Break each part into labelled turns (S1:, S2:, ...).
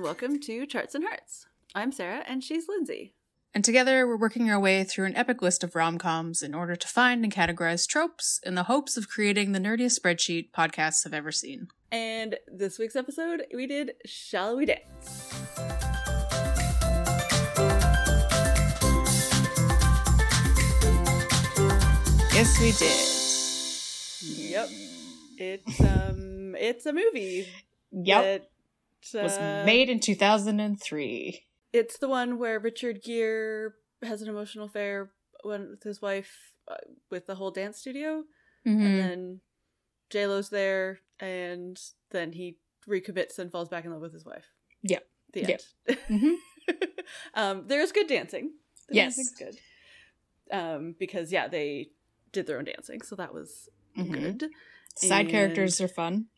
S1: welcome to Charts and Hearts. I'm Sarah, and she's Lindsay.
S2: And together, we're working our way through an epic list of rom coms in order to find and categorize tropes in the hopes of creating the nerdiest spreadsheet podcasts have ever seen.
S1: And this week's episode, we did Shall We Dance?
S2: Yes, we did.
S1: Yep. It's um it's a movie.
S2: Yep.
S1: that,
S2: was
S1: uh,
S2: made in 2003.
S1: It's the one where Richard Gere has an emotional affair when, with his wife uh, with the whole dance studio, and
S2: Mhm.
S1: then J Lo's there, and then he recommits and falls back in love with his wife.
S2: Yep.
S1: The
S2: Yep.
S1: end.
S2: Mhm.
S1: um, there's good dancing. The
S2: Yes.
S1: dancing's good. Um, because yeah, they did their own dancing, so that was
S2: Mhm.
S1: good.
S2: Side
S1: And-
S2: characters are fun.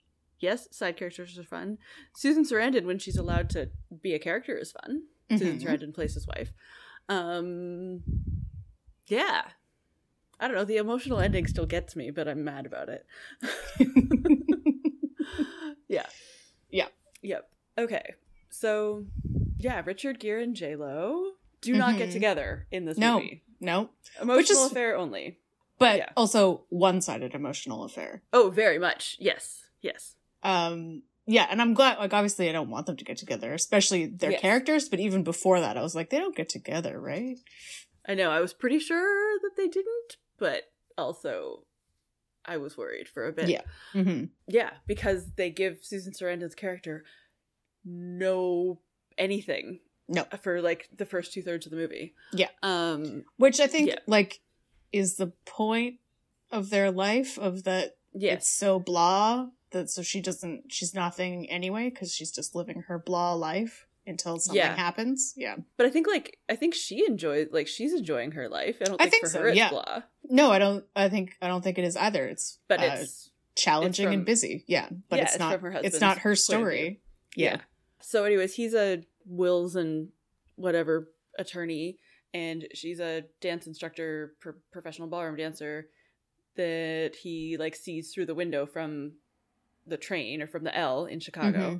S1: Yes, side characters are fun. Susan Sarandon, when she's allowed to be a character, is fun. Susan
S2: Mhm.
S1: Sarandon plays his wife. Um, yeah, I don't know. The emotional ending still gets me, but I'm mad about it. yeah.
S2: Yeah.
S1: Yep. Okay. So, yeah, Richard Gere and J Lo do not get
S2: Mhm.
S1: together in this
S2: No.
S1: movie.
S2: No, Which
S1: Emotional
S2: is-
S1: affair only.
S2: but
S1: Yeah.
S2: also one-sided emotional affair.
S1: Oh, very much. Yes. Yes.
S2: Um, yeah, and I'm glad. Like, obviously, I don't want them to get together, especially their
S1: Yes.
S2: characters. But even before that, I was like, they don't get together, right?
S1: I know. I was pretty sure that they didn't, but also I was worried for a bit.
S2: Yeah.
S1: Mm-hmm.
S2: hmm
S1: Yeah, because they give Susan Sarandon's character no anything.
S2: No.
S1: For like the first two thirds of the movie.
S2: Yeah.
S1: Um
S2: Which I think,
S1: Yeah.
S2: like, is the point of their life of that. It's
S1: yes.
S2: so blah that so she doesn't. She's nothing anyway because she's just living her blah life until something
S1: Yeah.
S2: happens. Yeah.
S1: But I think like I think she enjoys like she's enjoying her life. I don't
S2: I
S1: think,
S2: think
S1: for
S2: so,
S1: her it's
S2: yeah.
S1: blah.
S2: No, I don't. I think I don't think it is either. It's
S1: But
S2: uh,
S1: it's
S2: challenging
S1: it's from-
S2: and busy. Yeah, but
S1: yeah,
S2: it's,
S1: it's from
S2: not.
S1: her
S2: it's
S1: husband's
S2: not
S1: point
S2: her
S1: of
S2: story. Yeah.
S1: So, anyways, he's a wills and whatever attorney, and she's a dance instructor, pro- professional ballroom dancer that he like sees through the window from the train or from the L in Chicago.
S2: Mm-hmm.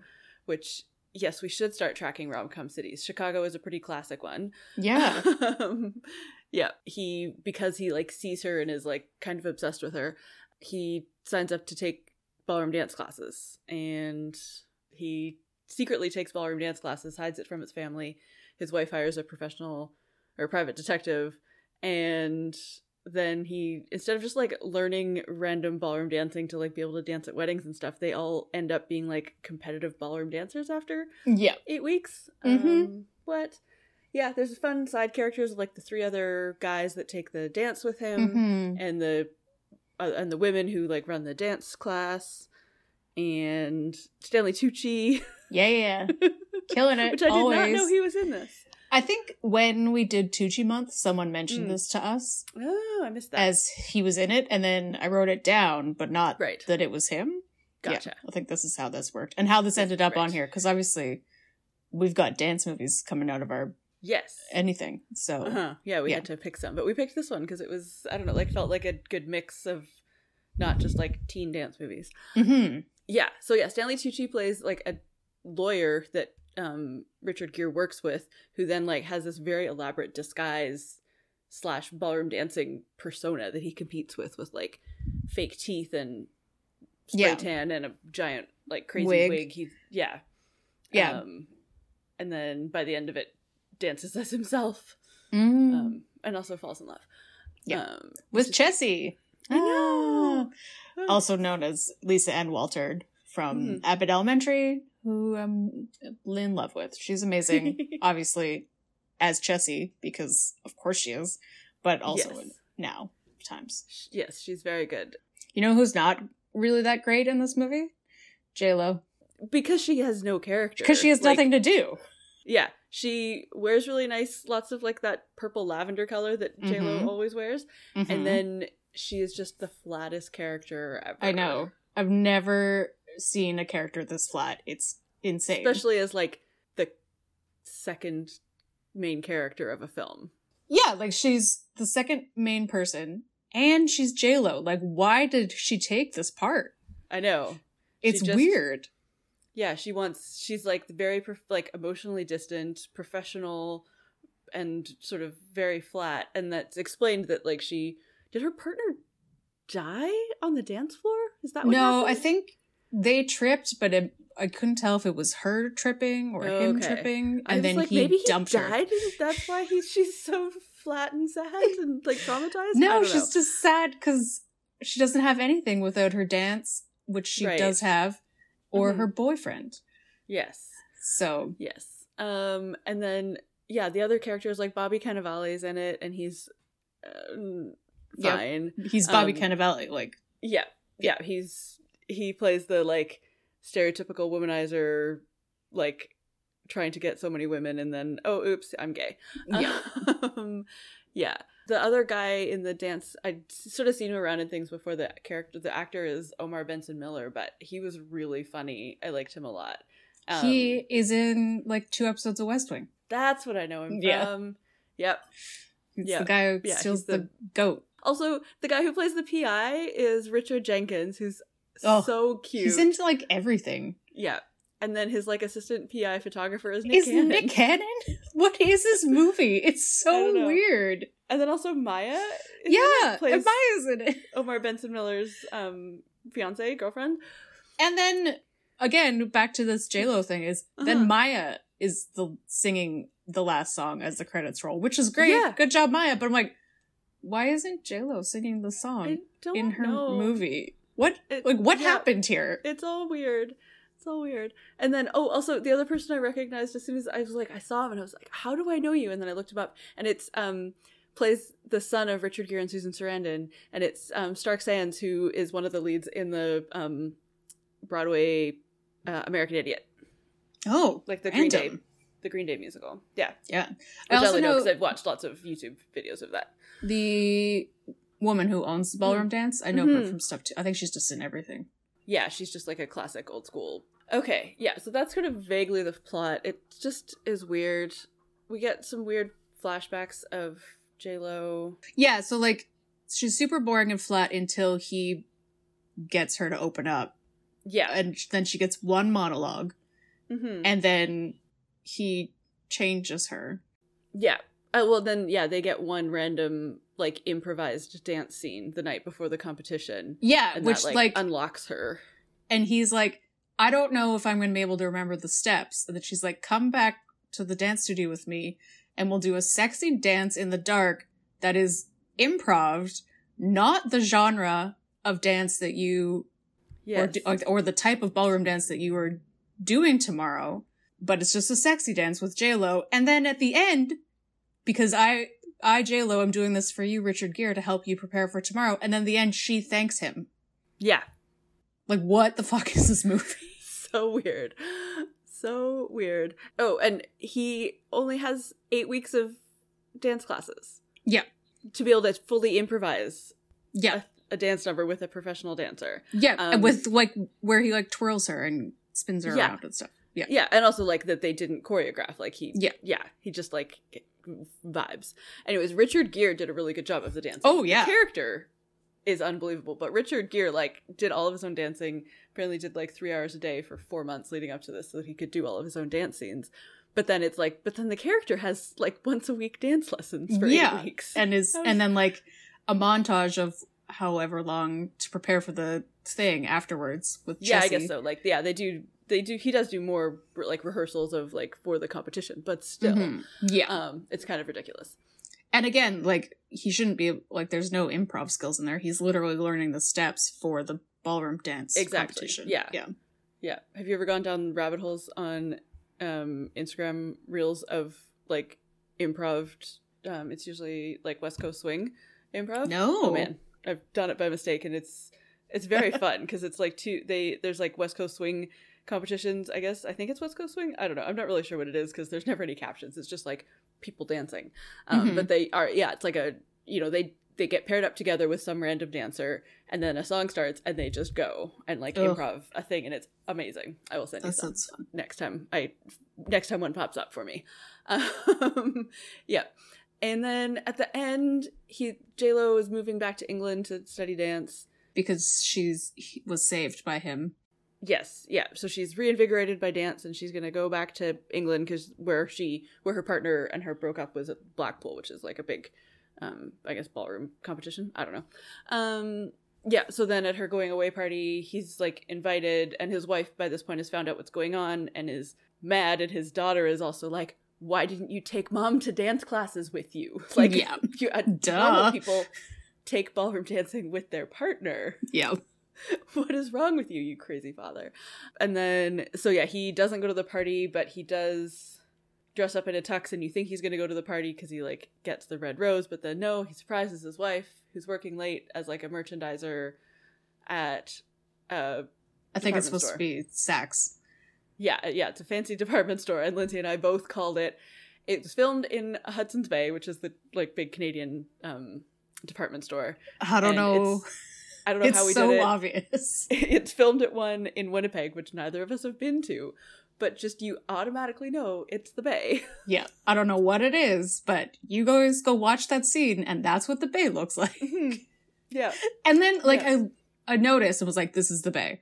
S1: Which, yes, we should start tracking rom com cities. Chicago is a pretty classic one.
S2: Yeah.
S1: um, yeah. He because he like sees her and is like kind of obsessed with her. He signs up to take ballroom dance classes, and he secretly takes ballroom dance classes, hides it from his family. His wife hires a professional or private detective, and then he instead of just like learning random ballroom dancing to like be able to dance at weddings and stuff, they all end up being like competitive ballroom dancers after
S2: yeah.
S1: eight weeks.
S2: Mhm.
S1: Um, what? Yeah, there's fun side characters like the three other guys that take the dance with him,
S2: Mhm.
S1: and the uh, and the women who like run the dance class, and Stanley Tucci,
S2: Yeah, yeah, yeah. killing it.
S1: which I did
S2: always.
S1: not know he was in this.
S2: I think when we did Tucci Month, someone mentioned
S1: Mm.
S2: this to us
S1: Oh, I missed that.
S2: as he was in it, and then I wrote it down, but not
S1: right,
S2: that it was him. Yeah,
S1: gotcha.
S2: I think this is how this worked and how this
S1: That's
S2: ended up on
S1: right.
S2: here because obviously we've got dance movies coming out of our
S1: Yes.
S2: anything. So
S1: uh-huh. Yeah, we
S2: Yeah.
S1: had to pick some, but we picked this one because it was I don't know, like felt like a good mix of not just like teen dance movies.
S2: Mhm.
S1: Yeah. So yeah, Stanley Tucci plays like a lawyer that um, Richard Gere works with, who then like has this very elaborate disguise slash ballroom dancing persona that he competes with, with like fake teeth and spray
S2: Yeah.
S1: tan and a giant like crazy wig.
S2: Wig.
S1: He yeah
S2: Yeah.
S1: Um, and then by the end of it, dances as himself,
S2: Mm.
S1: um, and also falls in love.
S2: Yeah.
S1: Um,
S2: with Chessie.
S1: I know.
S2: Ah. Also known as Lisa Ann Walterd from
S1: Mhm.
S2: Abbott Elementary, who I'm in love with. She's amazing, obviously, as Chessie, because of course she is, but also
S1: yes.
S2: in now times.
S1: Sh- yes, she's very good.
S2: You know who's not really that great in this movie? J-Lo.
S1: because she has no character
S2: Because she has
S1: Like,
S2: nothing to do.
S1: yeah she wears really nice lots of like that purple lavender color that J Lo
S2: Mhm.
S1: always wears
S2: Mhm.
S1: and then she is just the flattest character ever
S2: I know. I've never seen a character this flat. It's insane.
S1: especially as like the second main character of a film
S2: Yeah, like she's the second main person and she's J-Lo. Like, why did she take this part?
S1: I know
S2: It's
S1: just-
S2: weird.
S1: yeah she wants she's like very prof- like emotionally distant professional and sort of very flat and that's explained that like she did her partner die on the dance floor is that what
S2: no, I
S1: happened?
S2: think they tripped, but it, I couldn't tell if it was her tripping or him
S1: Okay.
S2: tripping.
S1: I
S2: And
S1: was
S2: then
S1: like,
S2: he
S1: maybe
S2: dumped
S1: he
S2: her.
S1: died and that's why he, she's so flat and sad and like traumatized I
S2: No,
S1: don't
S2: she's
S1: know.
S2: just sad because she doesn't have anything without her dance, which she
S1: Right.
S2: does have, or
S1: Mhm.
S2: her boyfriend.
S1: yes
S2: So
S1: Yes. Um, and then yeah, the other character is like Bobby Cannavale is in it, and he's um,
S2: Yep.
S1: fine.
S2: he's Bobby
S1: Um,
S2: Cannavale. Like,
S1: Yeah, yeah. He's he plays the like stereotypical womanizer, like trying to get so many women, and then oh, oops, I'm gay.
S2: yeah.
S1: Um, yeah. The other guy in the dance, I'd s- sort of seen him around in things before. The character, the actor is Omar Benson Miller, but he was really funny. I liked him a lot. Um,
S2: he is in like two episodes of West Wing.
S1: That's what I know him
S2: Yeah.
S1: from. Yep.
S2: It's
S1: Yeah.
S2: the guy who
S1: Yeah,
S2: steals
S1: he's
S2: the,
S1: the-
S2: goat.
S1: Also, the guy who plays the PI is Richard Jenkins, who's
S2: Oh,
S1: so cute.
S2: He's into like everything.
S1: yeah. And then his like assistant PI photographer is Nick
S2: is
S1: Cannon.
S2: Nick Cannon? What is this movie? It's
S1: I don't
S2: so
S1: know.
S2: weird.
S1: and then also Maya. is in
S2: Yeah,
S1: it, plays
S2: and Maya's in it.
S1: Omar Benson Miller's um fiance girlfriend.
S2: And then again, back to this J Lo thing is
S1: Uh-huh.
S2: then Maya is the singing the last song as the credits roll, which is great.
S1: Yeah.
S2: Good job, Maya. But I'm like, why isn't J Lo singing the
S1: I
S2: song
S1: don't
S2: in her
S1: know.
S2: movie? What
S1: It-
S2: like what
S1: yeah.
S2: happened here?
S1: It's all weird. It's all weird. And then oh, also the other person I recognized as soon as I was like I saw him and I was like, how do I know you? And then I looked him up and it's um plays the son of Richard Gere and Susan Sarandon and it's um Stark Sands who is one of the leads in the um Broadway uh, American Idiot,
S2: Oh,
S1: like the Green Day
S2: Random.
S1: the Green Day musical. Yeah.
S2: Yeah. I
S1: Which I
S2: also
S1: only know
S2: know-
S1: because I've watched lots of YouTube videos of that.
S2: the woman who owns the ballroom dance. I know her
S1: Mhm.
S2: from stuff too. I think she's just in everything.
S1: yeah, she's just like a classic old school. Okay, yeah, so that's kind of vaguely the plot. It just is weird. We get some weird flashbacks of J Lo.
S2: Yeah, so like she's super boring and flat until he gets her to open up.
S1: Yeah,
S2: And then she gets one monologue
S1: hmm
S2: and then he changes her.
S1: yeah. Uh, well, then yeah, they get one random like improvised dance scene the night before the competition,
S2: Yeah,
S1: and
S2: which
S1: that,
S2: like,
S1: like, unlocks her.
S2: and he's like I don't know if I'm going to be able to remember the steps. And then she's like come back to the dance studio with me and we'll do a sexy dance in the dark that is improv, not the genre of dance that you or
S1: Yes.
S2: do- or, or the type of ballroom dance that you were doing tomorrow, but it's just a sexy dance with J Lo. And then at the end, because I I J Lo am doing this for you, Richard Gere, to help you prepare for tomorrow. And then the end, she thanks him.
S1: yeah,
S2: Like, what the fuck is this movie?
S1: so weird, so weird. Oh, and he only has eight weeks of dance classes.
S2: Yeah.
S1: to be able to fully improvise
S2: Yeah,
S1: a dance number with a professional dancer.
S2: yeah, uh,
S1: Um,
S2: with like where he like twirls her and spins her
S1: Yeah.
S2: around and stuff. Yeah,
S1: Yeah, and also like that they didn't choreograph. Like he,
S2: Yeah.
S1: yeah, he just like vibes. Anyways, Richard Gere did a really good job of the dancing.
S2: Oh, yeah.
S1: the character is unbelievable, but Richard Gere like did all of his own dancing. Apparently, did like three hours a day for four months leading up to this, so that he could do all of his own dance scenes. But then it's like, but then the character has like once a week dance lessons for
S2: Yeah,
S1: eight weeks.
S2: and is
S1: That was-
S2: and then like a montage of however long to prepare for the thing afterwards with
S1: yeah, I
S2: Chessie.
S1: guess so. Like, yeah, they do. They do. He does do more like rehearsals of like for the competition, but still,
S2: Mhm. Yeah.
S1: um, it's kind of ridiculous.
S2: And again, like he shouldn't be like there's no improv skills in there. He's literally learning the steps for the ballroom dance
S1: Exactly.
S2: competition.
S1: Yeah.
S2: Yeah.
S1: Yeah. Have you ever gone down rabbit holes on um, Instagram reels of like improv? Um, it's usually like West Coast swing improv.
S2: No.
S1: Oh man, I've done it by mistake, and it's it's very fun because it's like two. They there's like West Coast swing competitions. I guess I think it's West Coast swing. I don't know. I'm not really sure what it is because there's never any captions. It's just like people dancing. Um,
S2: Mhm.
S1: But they are yeah. It's like a you know they they get paired up together with some random dancer and then a song starts and they just go and like
S2: Ugh.
S1: improv a thing and it's amazing. I will send you
S2: That
S1: some
S2: sounds fun.
S1: next time I next time one pops up for me. Um, yeah. And then at the end, he J Lo is moving back to England to study dance.
S2: Because she's he was saved by him.
S1: Yes, yeah. So she's reinvigorated by dance, and she's gonna go back to England because where she, where her partner and her broke up was at Blackpool, which is like a big, um, I guess ballroom competition. I don't know. Um, yeah. So then at her going away party, he's like invited, and his wife by this point has found out what's going on and is mad, and his daughter is also like, "Why didn't you take mom to dance classes with you? Like,
S2: Yeah.
S1: you, uh,
S2: Duh.
S1: normal people take ballroom dancing with their partner."
S2: Yeah.
S1: what is wrong with you, you crazy father? And then, so yeah, he doesn't go to the party, but he does dress up in a tux, and you think he's going to go to the party because he like gets the red rose, but then no, he surprises his wife, who's working late as like a merchandiser at, uh,
S2: I
S1: Department
S2: think it's supposed
S1: store.
S2: to be Saks.
S1: yeah, uh, yeah, it's a fancy department store, and Lindsay and I both called it. It was filmed in Hudson's Bay, which is the like big Canadian um department store.
S2: I don't
S1: and
S2: know.
S1: it's- I don't know
S2: It's,
S1: how we
S2: so
S1: did it.
S2: obvious.
S1: it's filmed at one in Winnipeg, which neither of us have been to, but just you automatically know it's the Bay.
S2: Yeah. I don't know what it is, but you guys go watch that scene and that's what the bay looks like.
S1: yeah.
S2: And then like I I noticed and was like, this is the bay.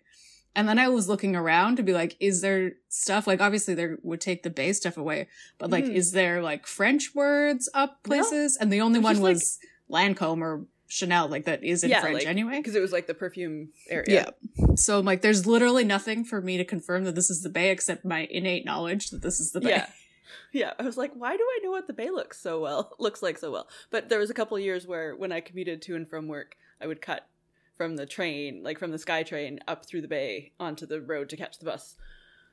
S2: And then I was looking around to be like, is there stuff like obviously they would take the bay stuff away, but like
S1: Mhm.
S2: is there like French words up
S1: No.
S2: places? And the only
S1: It's
S2: one
S1: just, like-
S2: was Lancome or Chanel, like that is in
S1: Yeah,
S2: French
S1: like-
S2: anyway.
S1: Because it was like the perfume area.
S2: Yeah. So I'm like, there's literally nothing for me to confirm that this is the bay except my innate knowledge that this is the bay.
S1: Yeah. Yeah. I was like, why do I know what the Bay looks so well? Looks like so well. But there was a couple of years where when I commuted to and from work, I would cut from the train, like from the Sky Train up through the Bay onto the road to catch the bus.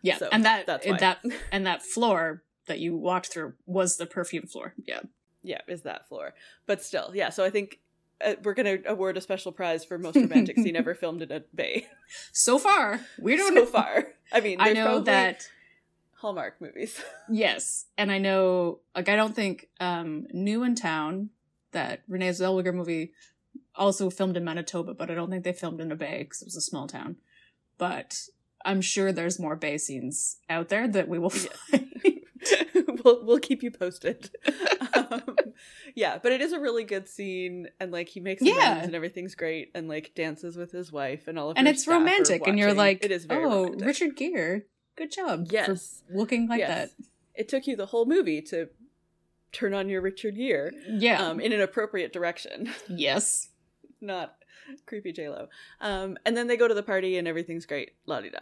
S2: Yeah,
S1: So,
S2: and that
S1: that's
S2: and
S1: why.
S2: that and that floor that you walked through was the perfume floor. Yeah,
S1: Yeah, is that floor. But still, yeah. So I think uh, we're going to award a special prize for most romantic scene ever filmed in a Bay.
S2: so far we
S1: so
S2: don't. know.
S1: far. I mean,
S2: I
S1: there's
S2: know
S1: probably
S2: that
S1: Hallmark movies.
S2: yes, and I know like I don't think um New in Town that Renee Zellweger movie also filmed in Manitoba, but I don't think they filmed in a bay because it was a small town. But I'm sure there's more bay scenes out there that we will find.
S1: we'll we'll keep you posted. um, yeah, but it is a really good scene, and like he makes yeah.
S2: Yeah.
S1: and everything's great, and like dances with his wife and all of
S2: and
S1: her
S2: it's
S1: staff are
S2: romantic, and you're
S1: watching.
S2: like,
S1: it is very
S2: oh,
S1: romantic.
S2: Richard Gere, good job, for
S1: Yes.
S2: looking like
S1: Yes. It took you the whole movie to turn on your Richard Gere
S2: that, yeah,
S1: um, in an appropriate direction.
S2: yes.
S1: not creepy J Lo. Um, and then they go to the party and everything's great, la di da,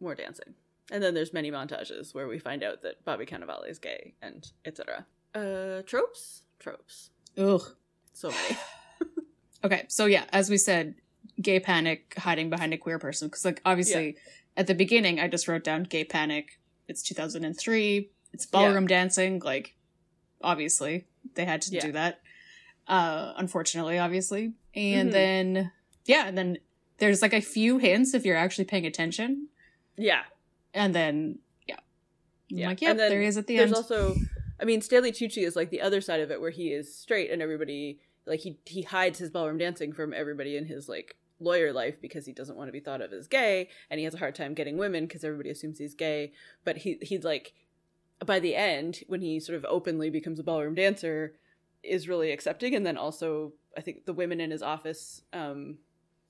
S1: more dancing. And then there's many montages where we find out that Bobby Cannavale is gay and etc. Uh, tropes, tropes,
S2: Ugh.
S1: so many.
S2: Okay, so yeah, as we said, gay panic hiding behind a queer person because like obviously at the beginning I just wrote down gay panic. It's 2003. It's ballroom dancing. Like obviously they had to
S1: Yeah.
S2: do that. Uh, unfortunately, obviously, and
S1: Mhm.
S2: then yeah, and then there's like a few hints if you're actually paying attention,
S1: yeah,
S2: and then yeah, I'm
S1: Yeah.
S2: like yeah,
S1: And then
S2: there is at the
S1: there's
S2: end.
S1: also, I mean, Stanley Tucci is like the other side of it where he is straight and everybody like he he hides his ballroom dancing from everybody in his like lawyer life because he doesn't want to be thought of as gay and he has a hard time getting women because everybody assumes he's gay but he he's like by the end when he sort of openly becomes a ballroom dancer is really accepting and then also i think the women in his office um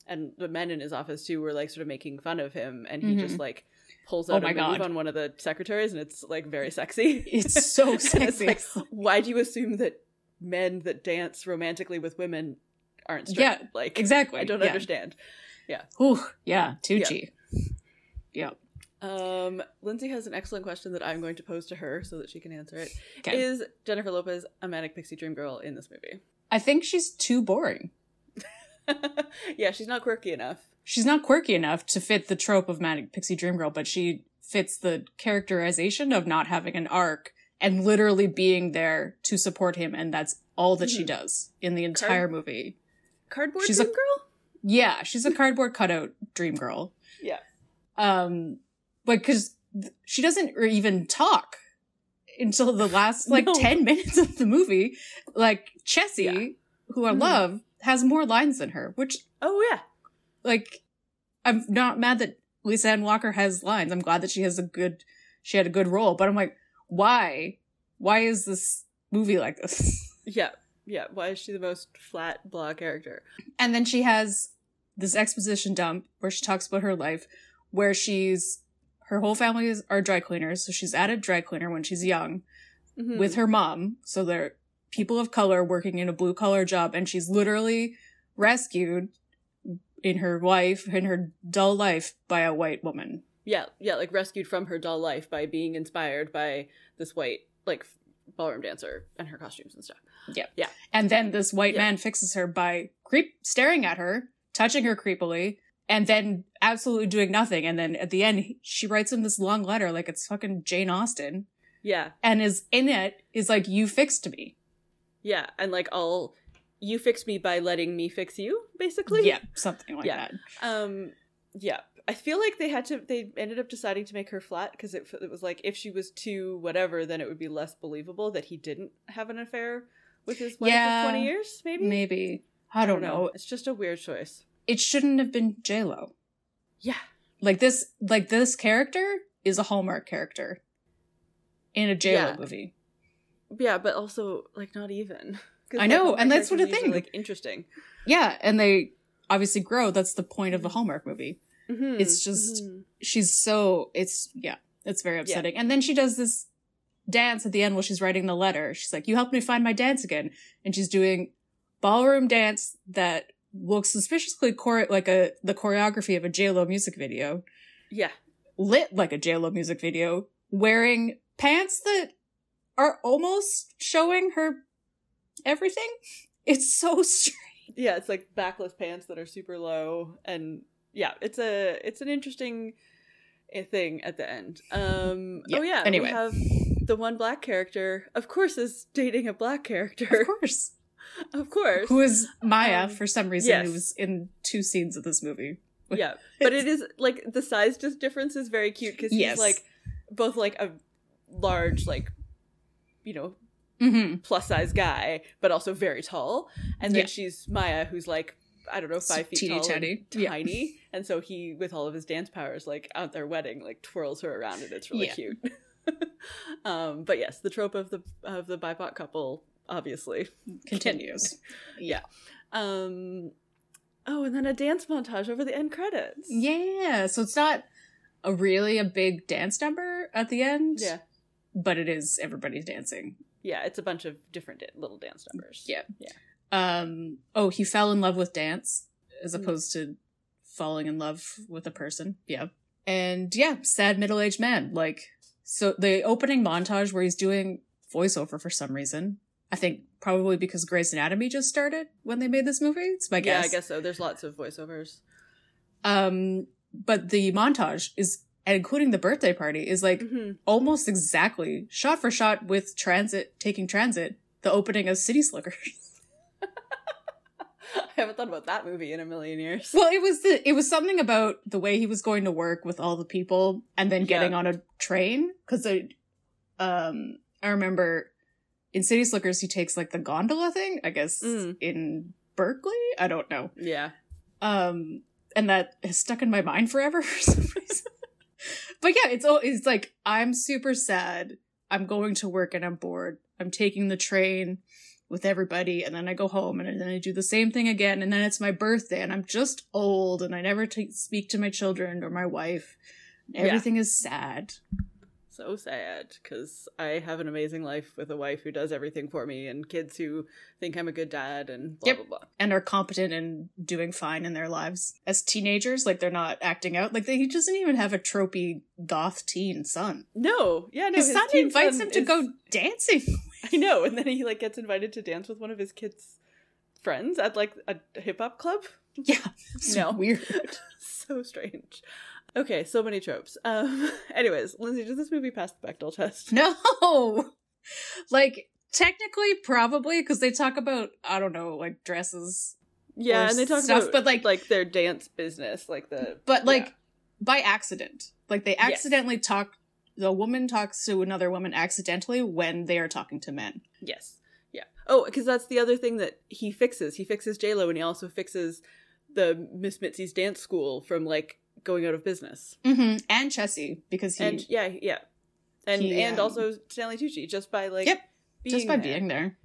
S1: and the men in his office too were like sort of making fun of him and he just like pulls
S2: Oh
S1: out
S2: my
S1: a move
S2: God.
S1: on one of the secretaries and it's like very sexy
S2: it's so
S1: And it's
S2: sexy.
S1: like, why do you assume that men that dance romantically with women aren't straight
S2: Yeah,
S1: like
S2: exactly.
S1: i don't
S2: yeah.
S1: understand
S2: Whew, yeah, Tucci.
S1: um lindsay has an excellent question that i'm going to pose to her so that she can answer it. Is
S2: Okay.
S1: jennifer lopez a manic pixie dream girl in this movie
S2: I think she's too boring.
S1: yeah she's not quirky enough
S2: She's not quirky enough to fit the trope of Manic Pixie Dream Girl, but she fits the characterization of not having an arc and literally being there to support him, and that's all that she
S1: Mhm.
S2: does in the entire
S1: Card-
S2: movie.
S1: cardboard
S2: She's a-
S1: dream girl
S2: Yeah, she's a cardboard cutout dream girl.
S1: Yeah.
S2: Um, but because she doesn't r- even talk until the last like
S1: No.
S2: 10 minutes of the movie. Like, Chessie,
S1: Yeah.
S2: who I
S1: Mhm.
S2: love, has more lines than her, which
S1: oh yeah
S2: like I'm not mad that Lisa Ann Walker has lines. I'm glad that she has a good she had a good role, but I'm like, why? Why is this movie like this?
S1: yeah yeah why is she the most flat blah character
S2: And then she has this exposition dump where she talks about her life where she's her whole family is, are dry cleaners, so she's at a dry cleaner when she's young
S1: Mhm.
S2: with her mom. So they're people of color working in a blue collar job, and she's literally rescued in her life, in her dull life, by a white woman.
S1: yeah yeah like rescued from her dull life by being inspired by this white like ballroom dancer and her costumes and stuff
S2: And then this white
S1: Yeah.
S2: man fixes her by creep staring at her, touching her creepily, and then absolutely doing nothing. And then at the end, he- she writes him this long letter like it's fucking Jane Austen,
S1: yeah
S2: and is in it is like, "You fixed me."
S1: yeah and like all you fix me by letting me fix you basically
S2: Yeah, something like
S1: Yeah.
S2: that.
S1: um yeah i feel like they had to they ended up deciding to make her flat because it, it was like if she was too whatever then it would be less believable that he didn't have an affair with his wife
S2: Yeah.
S1: for 20 years maybe
S2: Maybe I don't know.
S1: it's just a weird choice
S2: It shouldn't have been J Lo.
S1: yeah
S2: Like this, like this character is a Hallmark character in a J Lo
S1: Yeah.
S2: movie.
S1: yeah but also like not even 'Cause,
S2: I know,
S1: all my
S2: and that's sort of
S1: characters are,
S2: thing.
S1: like interesting
S2: Yeah, and they obviously grow. That's the point of a Hallmark movie.
S1: Mhm,
S2: It's just-
S1: mhm.
S2: she's so it's yeah it's very upsetting and then she does this dance at the end while she's writing the letter she's like you helped me find my dance again and she's doing ballroom dance that looks suspiciously chore- like a the choreography of a jlo music video
S1: yeah
S2: lit like a jlo music video wearing pants that are almost showing her everything it's so strange
S1: yeah it's like backless pants that are super low and yeah it's a it's an interesting uh, thing at the end um
S2: Yeah,
S1: oh yeah
S2: anyway.
S1: we have the one black character of course is dating a black character
S2: of course
S1: of course,
S2: who is maya
S1: Um,
S2: for some reason
S1: yes.
S2: who was in two scenes of this movie
S1: yeah but it is like the size just difference is very cute because
S2: Yes.
S1: he's like both like a large like you know
S2: mm-hmm
S1: plus size guy but also very tall and then
S2: Yeah.
S1: she's maya who's like i don't know
S2: So
S1: Oh, five feet
S2: teeny
S1: tall and
S2: tiny. Yeah.
S1: tiny and so he with all of his dance powers like at their wedding like twirls her around and it's really
S2: Yeah.
S1: cute um but yes the trope of the of the bipoc couple obviously
S2: continues.
S1: um oh and then a dance montage over the end credits
S2: Yeah, so it's not a really a big dance number at the end,
S1: yeah
S2: but it is everybody's dancing.
S1: yeah it's a bunch of different da- little dance numbers
S2: Yeah.
S1: yeah
S2: Um oh, he fell in love with dance as
S1: Mm.
S2: opposed to falling in love with a person. Yeah. And yeah, sad middle-aged man. Like so the opening montage where he's doing voiceover for some reason. I think probably because Grey's Anatomy just started when they made this movie. It's my
S1: yeah
S2: guess.
S1: i guess so there's lots of voiceovers
S2: Um but the montage is and including the birthday party is like
S1: Mhm.
S2: almost exactly shot for shot with transit taking transit the opening of city slicker
S1: i haven't thought about that movie in a million years
S2: well it was the it was something about the way he was going to work with all the people and then getting
S1: Yeah.
S2: on a train because i um i remember in city slickers he takes like the gondola thing i guess
S1: Mm.
S2: in berkeley i don't know
S1: yeah
S2: um and that has stuck in my mind forever for some reason but yeah it's all it's like i'm super sad i'm going to work and i'm bored i'm taking the train with everybody and then i go home and then i do the same thing again and then it's my birthday and i'm just old and i never t- speak to my children or my wife
S1: Yeah.
S2: everything is sad
S1: so sad because I have an amazing life with a wife who does everything for me and kids who think I'm a good dad and blah
S2: Yep.
S1: blah blah.
S2: and are competent and doing fine in their lives as teenagers like they're not acting out like they, he doesn't even have a tropey goth teen son
S1: No, yeah, no.
S2: his, son
S1: teen
S2: invites
S1: son
S2: him to
S1: is-
S2: go dancing
S1: I know, and then he like gets invited to dance with one of his kids' friends at like a hip hop club.
S2: Yeah. It's
S1: No.
S2: Weird.
S1: so strange. Okay, so many tropes. Um. Anyways, Lindsay, does this movie pass the Bechdel test?
S2: No. Like, technically, probably, because they talk about, I don't know, like dresses.
S1: Yeah,
S2: Or
S1: and they talk
S2: stuff,
S1: about
S2: but, like-
S1: like their dance business, like the
S2: But, like,
S1: Yeah.
S2: by accident. Like, they
S1: Yes.
S2: accidentally talk, the woman talks to another woman accidentally when they are talking to men.
S1: Yes. Yeah. Oh, because that's the other thing that he fixes. He fixes J Lo, and he also fixes the Miss Mitzi's dance school from like going out of business.
S2: Mm-hmm. And Chessie, because he,
S1: and yeah, yeah, and
S2: he,
S1: and
S2: um,
S1: also Stanley Tucci just by like
S2: Yep,
S1: being
S2: just by
S1: there.
S2: being there.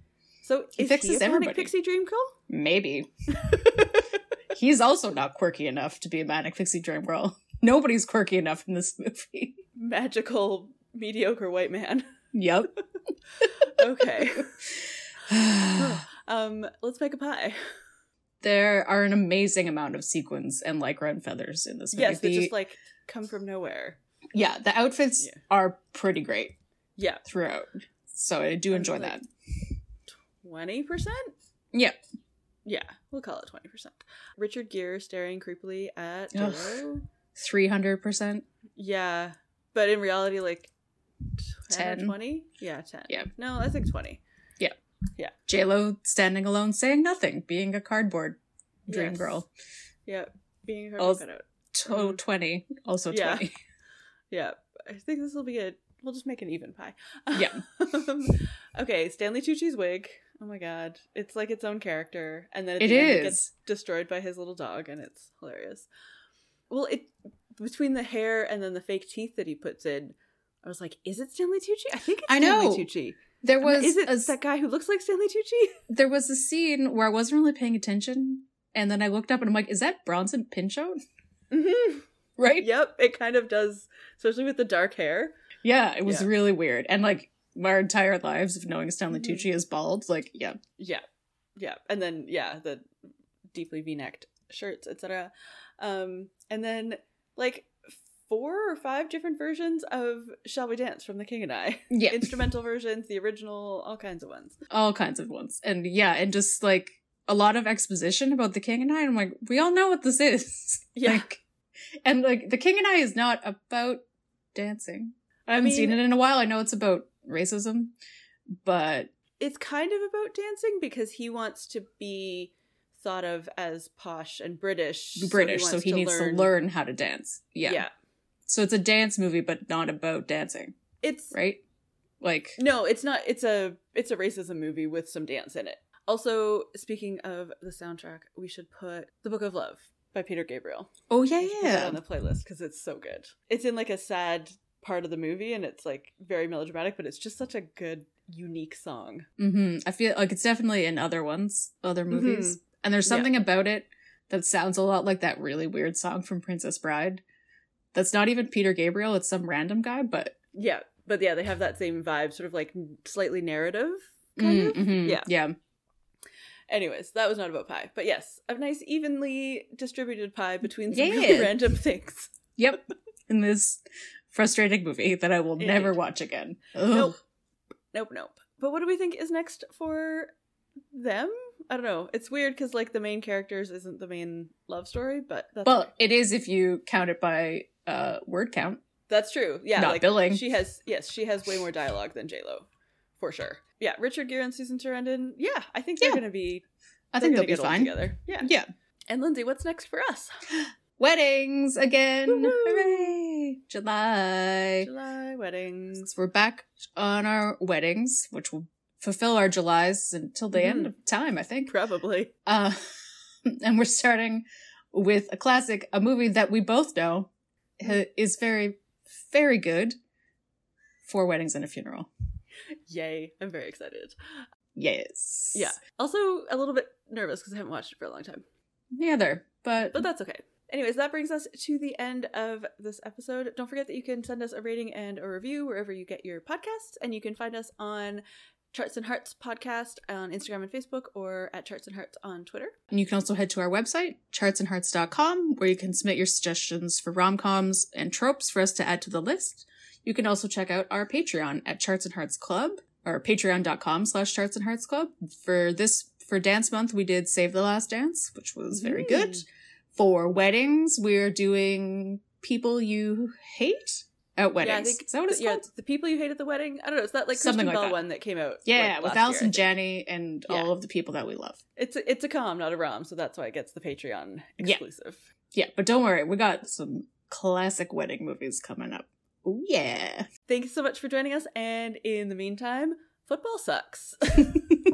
S1: So
S2: He
S1: is
S2: fixes
S1: he a manic
S2: everybody.
S1: pixie dream girl?
S2: Maybe. He's also not quirky enough to be a manic pixie dream girl. Nobody's quirky enough in this movie.
S1: Magical, mediocre white man.
S2: Yep.
S1: Okay. um, let's make a pie.
S2: there are an amazing amount of sequins and lycra and feathers in this movie.
S1: Yes, they
S2: The-
S1: just like come from nowhere.
S2: yeah, the outfits
S1: Yeah.
S2: are pretty great
S1: Yeah.
S2: throughout. So I do
S1: I
S2: enjoy
S1: was like-
S2: that.
S1: Twenty percent?
S2: Yeah.
S1: Yeah, we'll call it twenty percent. Richard Gere staring creepily at
S2: Ugh.
S1: Doro.
S2: 300%.
S1: Yeah. But in reality, like 10
S2: 10.
S1: or 20? Yeah, 10.
S2: Yeah.
S1: No, I think 20.
S2: JLo standing alone saying nothing, being a cardboard dream
S1: Yes.
S2: girl.
S1: Yeah. Being her
S2: Also-
S1: cutout.
S2: To- 20, also
S1: Mm-hmm. Yeah.
S2: 20.
S1: Yeah. I think this will be a. We'll just make an even pie.
S2: Yeah.
S1: Um, okay, Stanley Tucci's wig. Oh my god. It's like its own character. And then at
S2: It
S1: the end, it
S2: is.
S1: gets destroyed by his little dog, and it's hilarious. Well, it between the hair and then the fake teeth that he puts in, I was like, is it Stanley Tucci? I think it's
S2: I know.
S1: Stanley Tucci.
S2: There
S1: I'm like,
S2: was
S1: is it
S2: a s-
S1: that guy who looks like Stanley Tucci?
S2: there was a scene where I wasn't really paying attention, and then I looked up and I'm like, is that Bronson Pinchot? Mm-hmm.
S1: hmm
S2: Right?
S1: Yep, it kind of does, especially with the dark hair.
S2: Yeah, it was
S1: Yeah.
S2: really weird. And like our entire lives of knowing Stanley
S1: Mhm.
S2: Tucci is bald, like, yeah.
S1: Yeah, yeah, and then yeah, the deeply V-necked shirts, etc. Um, and then like four or five different versions of "Shall We Dance" from The King and I,
S2: Yeah.
S1: instrumental versions, the original, all kinds of ones.
S2: all kinds of ones. And yeah, and just like a lot of exposition about the King and I. And I'm like, we all know what this is.
S1: Yeah.
S2: Like, and like the King and I is not about dancing. I haven't
S1: mean-
S2: seen it in a while. I know it's about racism, but
S1: It's kind of about dancing because he wants to be thought of as posh and British. so he
S2: British, so
S1: wants
S2: he needs to learn how to dance. Yeah.
S1: yeah,
S2: So it's a dance movie, but not about dancing,
S1: it's
S2: right? Like,
S1: No, it's not. It's a it's a racism movie with some dance in it. Also, speaking of the soundtrack, we should put "The Book of Love" by Peter Gabriel.
S2: oh
S1: We
S2: yeah,
S1: should put that
S2: yeah.
S1: on the playlist because it's so good. It's in like a sad part of the movie, and it's like very melodramatic, but it's just such a good, unique song.
S2: hmm I feel like it's definitely in other ones, other movies. And there's
S1: Mm-hmm. Yeah.
S2: something about it that sounds a lot like that really weird song from Princess Bride. That's not even Peter Gabriel, it's some random guy, but
S1: Yeah, but yeah, they have that same vibe, sort of like slightly narrative. Kind
S2: Mm,
S1: of.
S2: mhm.
S1: Yeah.
S2: Yeah.
S1: Anyways, that was not about pie, but yes, a nice, evenly distributed pie between some
S2: Yeah.
S1: really random things.
S2: Yep. in this frustrating movie that I will
S1: Indeed.
S2: never watch again. Ugh.
S1: Nope. Nope, nope. But what do we think is next for them? I don't know. It's weird because like the main characters isn't the main love story, but that's
S2: Well, it is if you count it by uh word count.
S1: that's true. Yeah,
S2: not
S1: like
S2: billing.
S1: she has yes, she has way more dialogue than J Lo, for sure. Yeah, Richard Gere and Susan Sarandon. Yeah, I think they're
S2: Yeah.
S1: gonna be.
S2: I
S1: they're
S2: think they'll be
S1: gonna get along
S2: fine.
S1: together. Yeah.
S2: Yeah.
S1: And Lindsay, what's next for us?
S2: Weddings again.
S1: Woohoo.
S2: Hooray. July.
S1: July weddings.
S2: So we're back on our weddings, which will fulfill our Julys until the
S1: Mm-hmm.
S2: end of time, I think.
S1: Probably.
S2: Uh, and we're starting with a classic, a movie that we both know h- is very, very good. Four weddings and a funeral.
S1: Yay. I'm very excited.
S2: Yes.
S1: Yeah. Also a little bit nervous because I haven't watched it for a long time.
S2: Neither, but,
S1: But that's okay. Anyways, that brings us to the end of this episode. Don't forget that you can send us a rating and a review wherever you get your podcasts, and you can find us on Charts and Hearts podcast on Instagram and Facebook, or at Charts and Hearts on Twitter.
S2: and you can also head to our website, chartsandhearts.com, where you can submit your suggestions for rom coms and tropes for us to add to the list. You can also check out our Patreon at Charts and Hearts Club or patreon.com slash charts and hearts club. For this for dance month, we did Save the Last Dance, which was very good.
S1: Mm.
S2: For weddings, we're doing People You Hate at weddings.
S1: think-
S2: Is that what it's
S1: But yeah,
S2: called?
S1: the people you hate at the wedding. I don't know. It's that like
S2: Something
S1: Kristen
S2: like
S1: Bell
S2: that.
S1: one that came out.
S2: Yeah,
S1: like,
S2: with
S1: last year,
S2: Alice
S1: I
S2: and
S1: think.
S2: Jenny and
S1: Yeah.
S2: all of the people that we love.
S1: It's a, it's a com, not a rom, so that's why it gets the Patreon
S2: Yeah.
S1: exclusive.
S2: Yeah, but don't worry, we got some classic wedding movies coming up. Oh yeah.
S1: Thank you so much for joining us, and in the meantime, football sucks.